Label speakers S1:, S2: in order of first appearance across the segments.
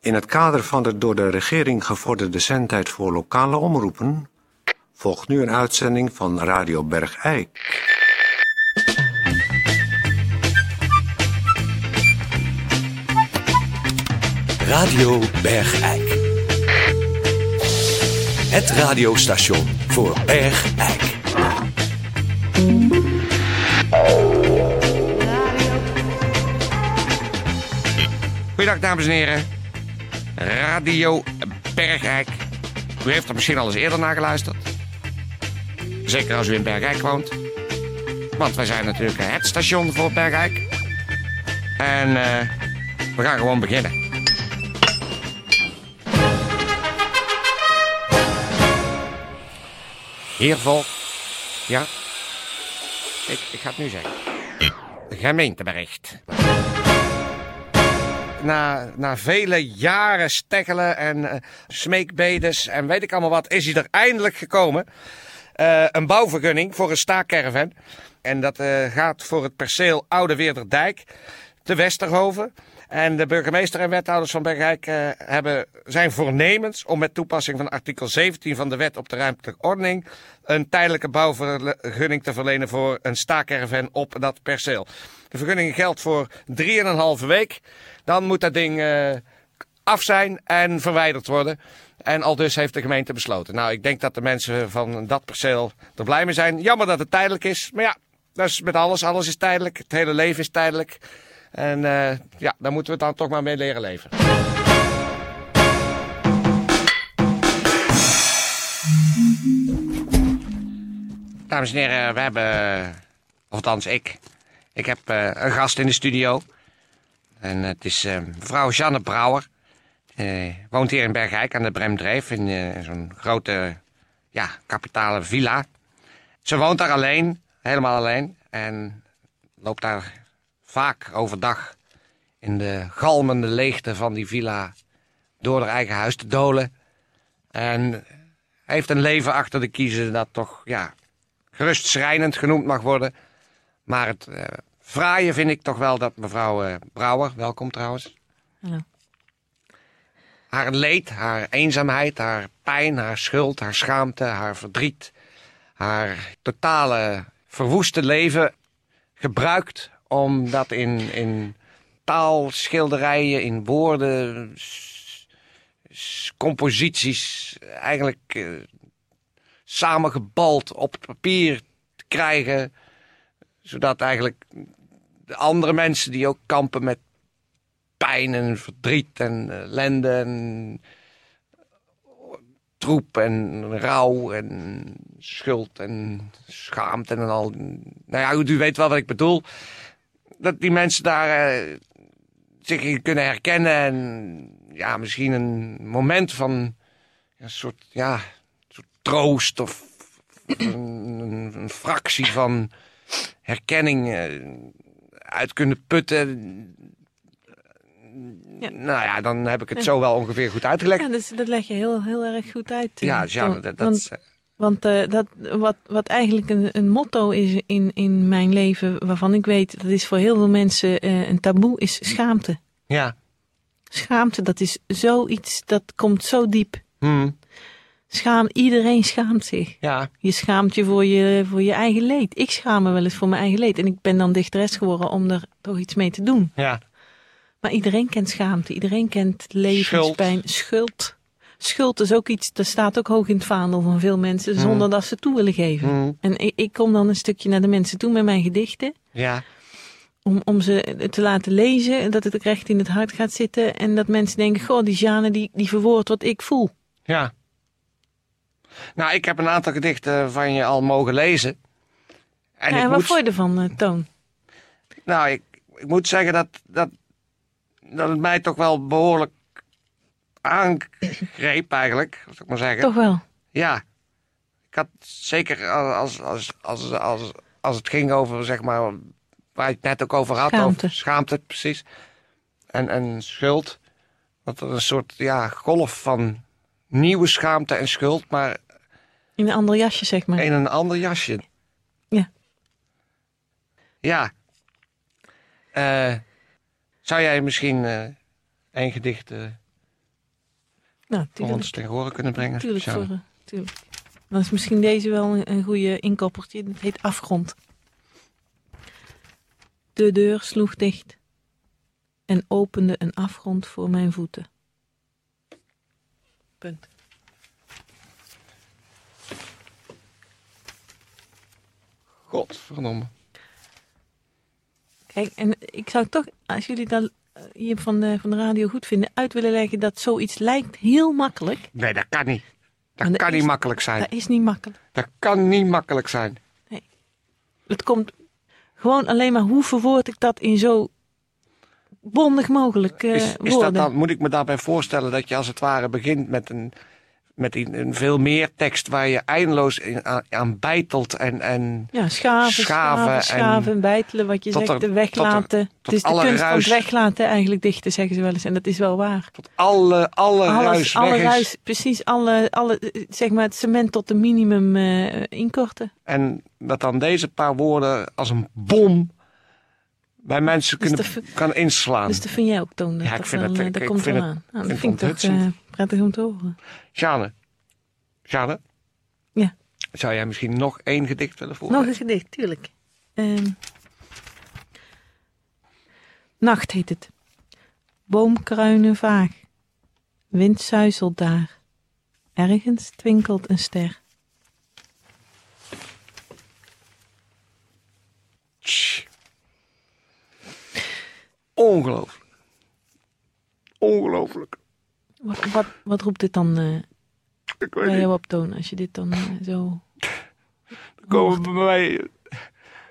S1: In het kader van de door de regering gevorderde zendtijd voor lokale omroepen volgt nu een uitzending van Radio Bergijk.
S2: Radio Bergijk. Het radiostation voor Bergijk.
S3: Goedendag, dames en heren. Radio Bergrijk. U heeft er misschien al eens eerder naar geluisterd. Zeker als u in Bergrijk woont. Want wij zijn natuurlijk eh, het station voor Bergrijk. En eh, we gaan gewoon beginnen. Hier volgt. Ja. Ik, ik ga het nu zeggen. Gemeentebericht na, na vele jaren stekkelen en eh, smeekbedes en weet ik allemaal wat, is hij er eindelijk gekomen. Eh, een bouwvergunning voor een staakcaravan. En dat eh, gaat voor het perceel Oude Weerderdijk te Westerhoven. En de burgemeester en wethouders van Bergrijk eh, hebben, zijn voornemens om met toepassing van artikel 17 van de wet op de ruimtelijke ordening een tijdelijke bouwvergunning te verlenen voor een staakcaravan op dat perceel. De vergunning geldt voor 3,5 week. Dan moet dat ding eh, af zijn en verwijderd worden. En al dus heeft de gemeente besloten. Nou, ik denk dat de mensen van dat perceel er blij mee zijn. Jammer dat het tijdelijk is. Maar ja, dat is met alles. Alles is tijdelijk. Het hele leven is tijdelijk. En eh, ja, daar moeten we dan toch maar mee leren leven. Dames en heren, we hebben, of althans ik, ik heb eh, een gast in de studio. En het is eh, mevrouw Janne Brouwer. Eh, woont hier in Bergijk aan de Bremdreef in eh, zo'n grote, ja, kapitale villa. Ze woont daar alleen, helemaal alleen. En loopt daar vaak overdag in de galmende leegte van die villa door haar eigen huis te dolen. En heeft een leven achter de kiezen dat toch, ja, gerust schrijnend genoemd mag worden. Maar het eh fraaie vind ik toch wel dat mevrouw eh, Brouwer, welkom trouwens.
S4: Hallo.
S3: Haar leed, haar eenzaamheid, haar pijn, haar schuld, haar schaamte, haar verdriet, haar totale verwoeste leven gebruikt om dat in, in taal, schilderijen, in woorden, s- s- composities eigenlijk eh, samengebald op papier te krijgen zodat eigenlijk de andere mensen die ook kampen met pijn en verdriet en eh, ellende en troep en rouw en schuld en schaamte en al. Nou ja, goed, u weet wel wat ik bedoel. Dat die mensen daar eh, zich in kunnen herkennen en ja, misschien een moment van een soort, ja, een soort troost of een, een- een fractie van herkenning eh, uit kunnen putten.
S4: Ja.
S3: Nou ja, dan heb ik het zo wel ongeveer goed uitgelegd.
S4: Ja, dus dat leg je heel, heel erg goed uit. eh,
S3: Ja, dus ja
S4: Tom.
S3: dat, dat
S4: want
S3: is, eh,
S4: want eh, dat, wat, wat eigenlijk een, een motto is in, in mijn leven, waarvan ik weet dat is voor heel veel mensen eh, een taboe, is schaamte.
S3: ja.
S4: Schaamte, dat is zoiets, dat komt zo diep.
S3: Hm,
S4: Schaam, iedereen schaamt zich.
S3: ja,
S4: Je schaamt je voor, je voor je eigen leed. Ik schaam me wel eens voor mijn eigen leed. En ik ben dan dichteres geworden om er toch iets mee te doen.
S3: ja,
S4: Maar iedereen kent schaamte, iedereen kent levenspijn, schuld. schuld. is ook iets, dat staat ook hoog in het vaandel van veel
S3: Hmm.
S4: mensen, zonder dat ze toe willen geven.
S3: hm,
S4: En ik, ik kom dan een stukje naar de mensen toe met mijn gedichten,
S3: ja,
S4: om, om ze te laten lezen, en dat het ook recht in het hart gaat zitten. En dat mensen denken, goh, die Jane die, die verwoordt wat ik voel.
S3: ja. Nou, ik heb een aantal gedichten van je al mogen lezen. En
S4: ja,
S3: ik
S4: en
S3: moet
S4: wat vond je ervan, eh, Toon?
S3: Nou, ik, ik moet zeggen dat, dat, dat het mij toch wel behoorlijk aangreep eigenlijk, moet ik maar zeggen.
S4: Toch wel.
S3: Ja. Ik had zeker als, als, als, als, als het ging over, zeg maar, waar je het net ook over had.
S4: Schaamte.
S3: Over schaamte, precies. En, en schuld. Dat er een soort ja, golf van nieuwe schaamte en schuld, maar
S4: In een ander jasje, zeg maar.
S3: een en ander jasje.
S4: Ja.
S3: Ja. Eh, zou jij misschien eh een gedicht eh,
S4: Nou,
S3: Voor
S4: tuurlijk.
S3: ons tegen horen kunnen brengen.
S4: Tuurlijk,
S3: Zo.
S4: voor, eh, tuurlijk. Dan is misschien deze wel een, een goede inkoppertje. Het heet Afgrond. De deur sloeg dicht en opende een afgrond voor mijn voeten. Punt.
S3: Godverdomme.
S4: Kijk, en ik zou toch, als jullie dat eh, hier van de, van de radio goed vinden, uit willen leggen dat zoiets lijkt heel makkelijk.
S3: Nee, dat kan niet. Dat
S4: Maar dat
S3: kan
S4: is-
S3: niet makkelijk zijn.
S4: Dat is niet makkelijk.
S3: Dat kan niet makkelijk zijn.
S4: Het komt gewoon alleen maar hoe verwoord ik dat in zo bondig mogelijk eh,
S3: Is, is
S4: woorden.
S3: dat dan, moet ik me daarbij voorstellen dat je als het ware begint met een, met een, een veel meer tekst waar je eindeloos in- aan, aan bijtelt en, en
S4: Ja, schaven,
S3: Schaven
S4: schaven,
S3: en-
S4: schaven, bijtelen, wat je
S3: Tot
S4: zegt,
S3: er-
S4: de weglaten. het is de
S3: alle
S4: kunst van het
S3: ruis.
S4: weglaten eigenlijk dichten, zeggen ze wel eens. En dat is wel waar.
S3: tot alle, alle ruis weg
S4: alle
S3: is.
S4: ruis, precies, alle, alle, eh, zeg maar het cement tot een minimum eh, inkorten.
S3: En dat dan deze paar woorden als een bom bij mensen
S4: Dus
S3: kunnen,
S4: dat-
S3: kan inslaan.
S4: Dus dat vind jij ook, Toon. Dat
S3: Ja, ik
S4: dat
S3: vind
S4: wel,
S3: het-
S4: eh,
S3: ik-
S4: dat
S3: ik
S4: komt
S3: vind
S4: wel
S3: het-
S4: aan. Nou,
S3: ik
S4: dat
S3: vind
S4: vind ik
S3: het
S4: toch eh, prettig om te horen.
S3: Sjane. Sjane?
S4: Ja.
S3: Zou jij misschien nog één gedicht willen
S4: Nog
S3: voorlezen?
S4: een gedicht, tuurlijk. Ehm. Nacht heet het. Boomkruinen vaag. Wind suizelt daar. Ergens twinkelt een ster.
S3: Tsch. Ongelooflijk. Ongelooflijk.
S4: Wat, wat, wat roept dit dan eh,
S3: Ik weet
S4: bij
S3: niet.
S4: jou op toon? Als je dit dan eh, zo...
S3: Er komen bij mij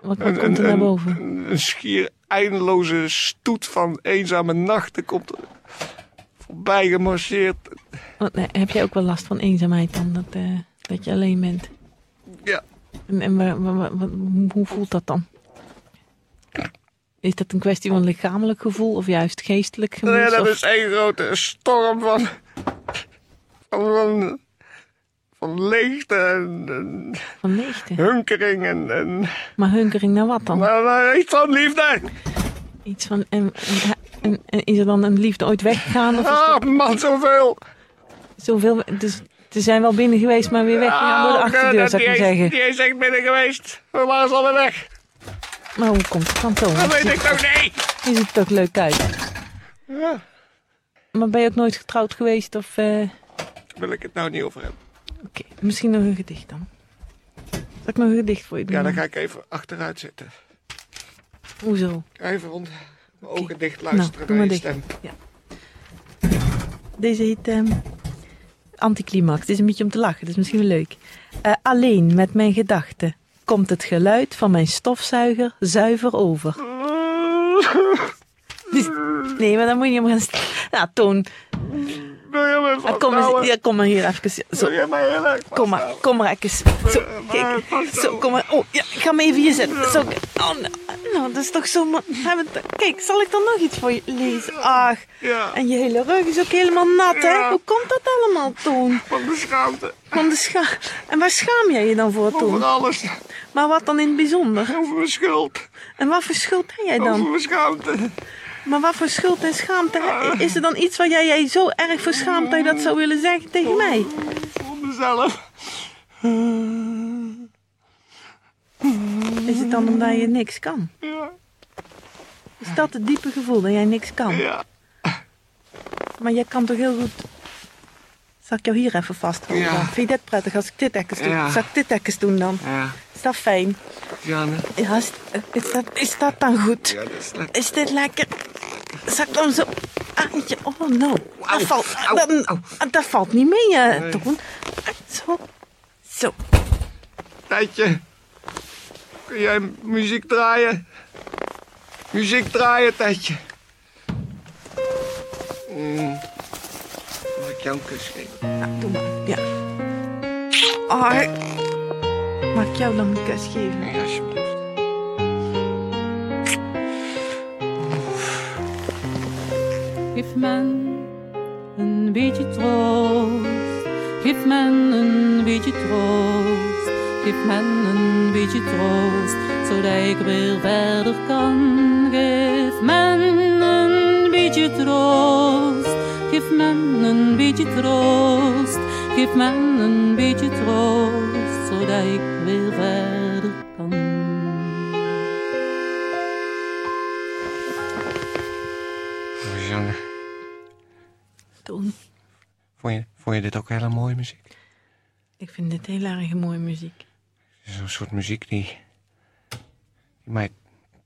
S4: Wat, wat
S3: een,
S4: komt er
S3: een,
S4: naar
S3: een,
S4: boven?
S3: een- een schier eindeloze stoet van eenzame nachten komt er voorbij gemarcheerd.
S4: Want, nee, heb jij ook wel last van eenzaamheid dan? Dat, eh, dat je alleen bent?
S3: Ja.
S4: En, en waar- waar- waar- wat- hoe- hoe voelt dat dan? Is dat een kwestie van lichamelijk gevoel of juist geestelijk gevoel?
S3: Nee, Nou dat
S4: Of-
S3: is één grote storm van. van. van, van leegte en, en
S4: Van leegte.
S3: hunkering en. en
S4: Maar hunkering naar wat dan?
S3: nou, nou, iets van liefde!
S4: Iets van, en, en, en- en is er dan een liefde ooit weggegaan? Of is
S3: Ah, man, zoveel!
S4: er zoveel, dus ze zijn wel binnen geweest, maar weer weggegaan door de
S3: Ah,
S4: achterdeur,
S3: dat
S4: zou ik maar
S3: die is-
S4: zeggen.
S3: Die is echt binnen geweest. We waren alweer weg.
S4: Maar hoe komt het dan toch?
S3: Dat weet
S4: Je
S3: ik toch niet!
S4: ziet er toch leuk uit.
S3: Ja,
S4: Maar ben je ook nooit getrouwd geweest? Of, eh,
S3: daar wil ik het nou niet over hebben.
S4: Oké, misschien nog een gedicht dan. Zal ik nog een gedicht voor je doen?
S3: Ja, dan ga ik even achteruit zitten.
S4: Hoezo?
S3: Even rond mijn ogen
S4: Oké.
S3: dicht
S4: Nou,
S3: luisteren
S4: doe
S3: naar
S4: maar
S3: je
S4: dicht.
S3: stem.
S4: Deze heet ehm, Anticlimax. Het is een beetje om te lachen, dat is misschien wel leuk. Eh, alleen met mijn gedachten komt het geluid van mijn stofzuiger zuiver over. Dus- nee, maar dan moet je niet om gaan... st- Nou, Toon,
S3: Wil je me
S4: kom, eens,
S3: vasthouden?
S4: ja, kom maar hier even. Zo,
S3: Wil je me heel erg
S4: kom maar,
S3: vasthouden?
S4: kom maar even. Zo, kijk. Zo, kom maar. Oh, ja, ik ga me even hier zetten. Zo, kijk. oh, nou, nou, dat is toch zo... mo- hebben we- Kijk, zal ik dan nog iets voor je lezen? Ach,
S3: Ja,
S4: en je hele rug is ook helemaal nat, hè?
S3: Ja.
S4: Hoe komt dat allemaal, Toon?
S3: van de schaamte.
S4: Van de scha en waar schaam jij je dan voor,
S3: Over
S4: Toon?
S3: alles.
S4: Maar wat dan in het bijzonder?
S3: Over mijn schuld.
S4: En wat voor schuld heb jij
S3: Over
S4: dan?
S3: mijn schaamte.
S4: Maar wat voor schuld en schaamte?
S3: Ah.
S4: he- Is er dan iets waar jij jij zo erg voor schaamt dat je dat zou willen zeggen tegen mij?
S3: Voor mezelf.
S4: Is het dan omdat je niks kan?
S3: Ja,
S4: Is dat het diepe gevoel dat jij niks kan?
S3: ja.
S4: Maar jij kan toch heel goed. Zal ik jou hier even vasthouden?
S3: Ja.
S4: dan? Vind je dit prettig als ik dit even doe?
S3: Ja.
S4: Zal ik dit even doen dan?
S3: Ja,
S4: Is dat fijn?
S3: Janne.
S4: Ja, is, is, dat, is dat dan goed?
S3: Ja, dat is lekker.
S4: Is dit lekker? Zak dan zo. Aantje, oh no. Dat valt, dat, dat valt niet mee, eh, Toon. Zo. Zo.
S3: Tijdje. Kun jij muziek draaien? Muziek draaien, Tijdje. Mm. Mag ik jou een kus geven?
S4: Nou, doe maar. Ja. Oh, ik- mag ik jou dan een kus geven?
S3: Ja, alsjeblieft.
S5: Geef men een beetje troost. Geef men een beetje troost. Geef men een beetje troost, zodat ik weer verder kan. Geef men een beetje troost. Geef men een beetje troost, geef men een beetje troost, zodat ik weer verder kan.
S3: Suzanne,
S4: Toen,
S3: vond je, vond je dit ook hele mooie muziek?
S4: ik vind dit heel erg mooie muziek.
S3: Het is een soort muziek die, die mij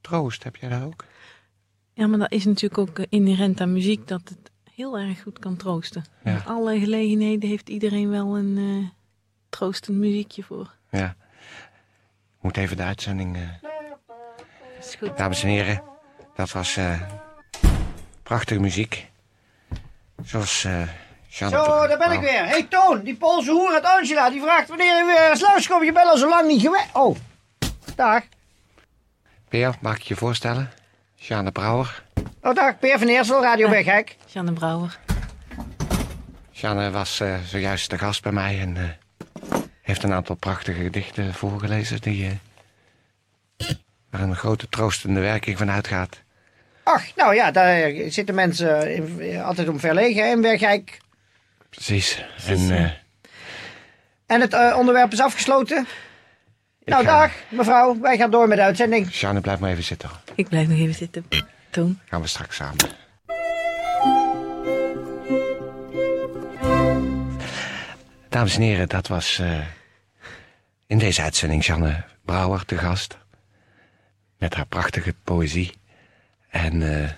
S3: troost. Heb jij dat ook?
S4: Ja, maar dat is natuurlijk ook eh, inherent aan muziek dat het heel erg goed kan troosten.
S3: Ja.
S4: In alle gelegenheden heeft iedereen wel een eh, troostend muziekje voor.
S3: Ja. Ik moet even de uitzending... eh,
S4: Dat is goed.
S3: Dames en heren, dat was eh, prachtige muziek. Zoals eh Jean
S6: Zo, daar ben ik
S3: Nou.
S6: weer. hey, Toon, die Poolse hoer uit Angela, die vraagt wanneer je weer eens langskomt. Je bent al zo lang niet geweest. Oh, dag.
S3: Peer, mag ik je voorstellen? Jean de Brouwer.
S6: Oh, dag, Peer van Eersel, Radio Weghek.
S4: Janne Brouwer.
S3: Jeanne was eh, zojuist de gast bij mij en eh, heeft een aantal prachtige gedichten voorgelezen die, eh, waar een grote troostende werking van uitgaat.
S6: Ach, nou ja, daar zitten mensen in- altijd om verlegen hè, in Weghek.
S3: Precies. En, eh,
S6: En het eh, onderwerp is afgesloten. nou,
S3: ga-
S6: dag, mevrouw. Wij gaan door met de uitzending.
S3: Jeanne, blijf maar even zitten. hoor.
S4: Ik blijf nog even zitten. Toon.
S3: Gaan we straks samen. Dames en heren, dat was eh, in deze uitzending Jeanne Brouwer te gast. Met haar prachtige poëzie. En eh,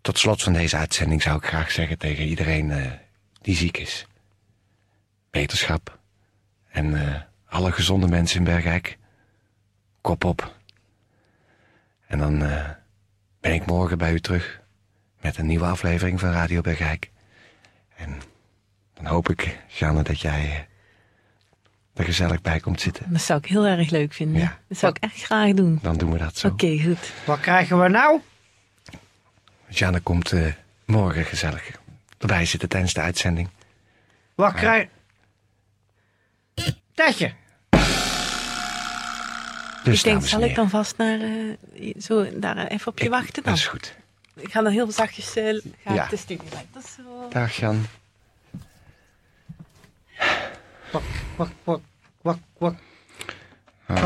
S3: tot slot van deze uitzending zou ik graag zeggen tegen iedereen eh, die ziek is. Beterschap. En eh, alle gezonde mensen in Bergijk. Kop op. En dan... eh, ben ik morgen bij u terug met een nieuwe aflevering van Radio Bergijk. En dan hoop ik, Jeanne, dat jij eh, er gezellig bij komt zitten.
S4: Dat zou ik heel erg leuk vinden.
S3: Ja.
S4: Dat zou ik echt graag doen.
S3: Dan doen we dat zo.
S4: Oké, goed.
S6: Wat krijgen we nou?
S3: Jeanne komt eh, morgen gezellig erbij zitten tijdens de uitzending.
S6: Wat krijg... Tetje.
S3: Dus
S4: ik denk,
S3: dames en
S4: zal ik
S3: heren,
S4: dan vast naar, eh, zo, daar even op je wachten dan?
S3: Dat is goed.
S4: Ik ga dan heel zachtjes eh, ga
S3: Ja.
S4: ik de studio uit. Dat is wel...
S3: Dag Jan.
S6: Kwak, kwak, kwak, kwak, kwak.
S3: Oh,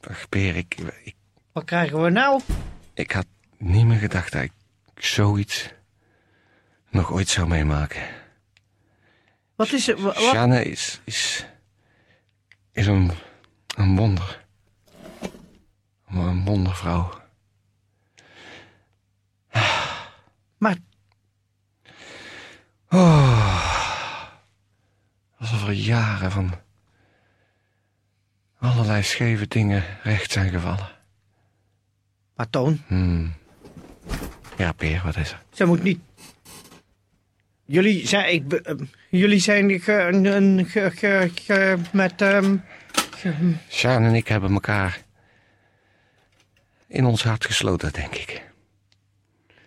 S3: ach, Peer, ik, ik,
S6: Wat krijgen we nou?
S3: ik had niet meer gedacht dat ik zoiets nog ooit zou meemaken.
S6: Wat is het? Wa- Wat?
S3: Sjane is, is, is een, een wonder. Een wondervrouw.
S6: Maar
S3: Alsof er jaren van allerlei scheve dingen recht zijn gevallen.
S6: Maar Toon,
S3: Hmm. Ja, Peer, wat is er?
S6: zij moet niet. Jullie zijn. Ik, be- ehm, jullie zijn. Ge, een, een- ge, ge, ge- met. ehm, ge-
S3: Sjane en ik hebben elkaar in ons hart gesloten, denk ik.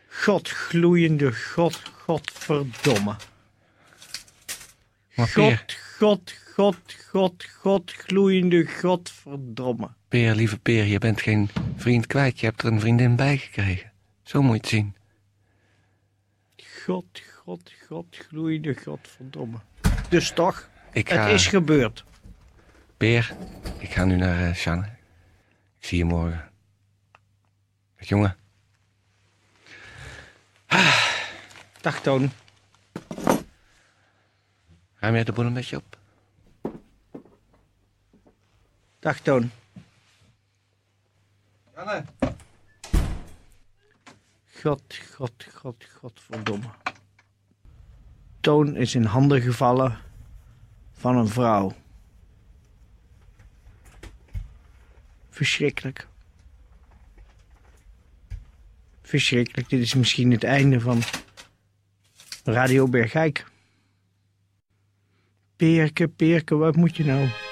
S6: godgloeiende God, godverdomme.
S3: Maar
S6: God,
S3: Peer,
S6: God, God, God, God, gloeiende godverdomme.
S3: Peer, lieve Peer, je bent geen vriend kwijt. Je hebt er een vriendin bij gekregen. Zo moet je het zien.
S6: God, God, God, gloeiende godverdomme. Dus toch,
S3: Ik ga...
S6: het is gebeurd.
S3: Peer, ik ga nu naar eh Sjanne. Ik zie je morgen. Dag jongen.
S6: Dag Toon.
S3: Ruim jij de boel een beetje op?
S6: Dag Toon. God, God, God, godverdomme. Toon is in handen gevallen van een vrouw. Verschrikkelijk. Verschrikkelijk. Dit is misschien het einde van Radio Bergijk. Perke, Perke, wat moet je nou?